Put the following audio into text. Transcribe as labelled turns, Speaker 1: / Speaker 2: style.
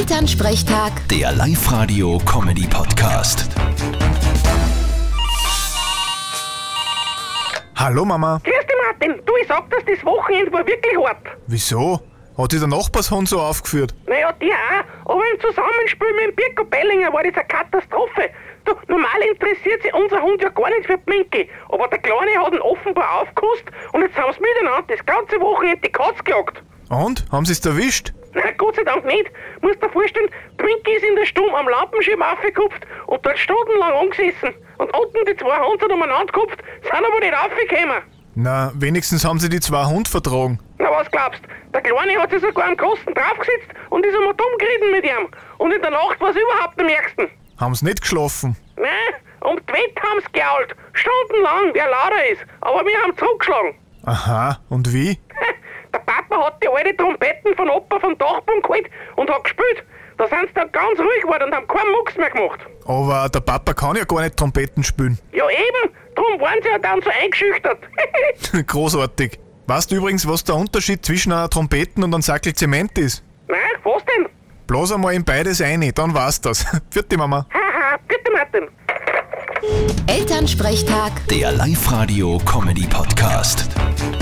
Speaker 1: Elternsprechtag,
Speaker 2: Der Live-Radio-Comedy-Podcast.
Speaker 3: Hallo Mama,
Speaker 4: Grüß dich, Martin. Du, ich sag das, das Wochenende war wirklich hart.
Speaker 3: wieso? Hat dich der Nachbarshund so aufgeführt?
Speaker 4: Naja, die auch. Aber im Zusammenspiel mit dem Birko Bellinger war das eine Katastrophe. Du, normal interessiert sich unser Hund ja gar nicht für die Minki. Aber der Kleine hat ihn offenbar aufgekostet und jetzt haben sie miteinander das ganze Wochenende die Katz gejagt.
Speaker 3: Und? Haben sie es erwischt?
Speaker 4: Na, Gott sei Dank nicht. Musst dir vorstellen, die Minki ist in der Stumm am Lampenschirm aufgekupft und dort stundenlang angesessen. Und unten die zwei Hunde sind umeinander gekupft, sind aber nicht aufgekommen.
Speaker 3: Na, wenigstens haben sie die zwei Hund vertragen.
Speaker 4: Na, was glaubst? Der Kleine hat sich sogar am Großen draufgesetzt und ist einmal dumm geritten mit ihm. Und in der Nacht war es überhaupt am ärgsten.
Speaker 3: Haben sie nicht geschlafen.
Speaker 4: Nein, um die Wette haben sie geault. Stundenlang, wer lauter ist. Aber wir haben zurückgeschlagen.
Speaker 3: Aha, und wie?
Speaker 4: Der Papa hat die alte Trompeten von Opa vom Dachboden geholt und hat gespielt. Da sind sie dann ganz ruhig geworden und haben keinen Mucks mehr gemacht.
Speaker 3: Aber der Papa kann ja gar nicht Trompeten spielen.
Speaker 4: Ja eben, drum waren sie ja dann so eingeschüchtert.
Speaker 3: Großartig. Weißt du übrigens, was der Unterschied zwischen einer Trompeten und einem Sackel Zement ist?
Speaker 4: Nein, Ne? was denn?
Speaker 3: Bloß einmal in beides eine, dann war's das. Vierte Mama.
Speaker 4: Haha, bitte Martin.
Speaker 1: Elternsprechtag.
Speaker 2: Der Live-Radio-Comedy-Podcast.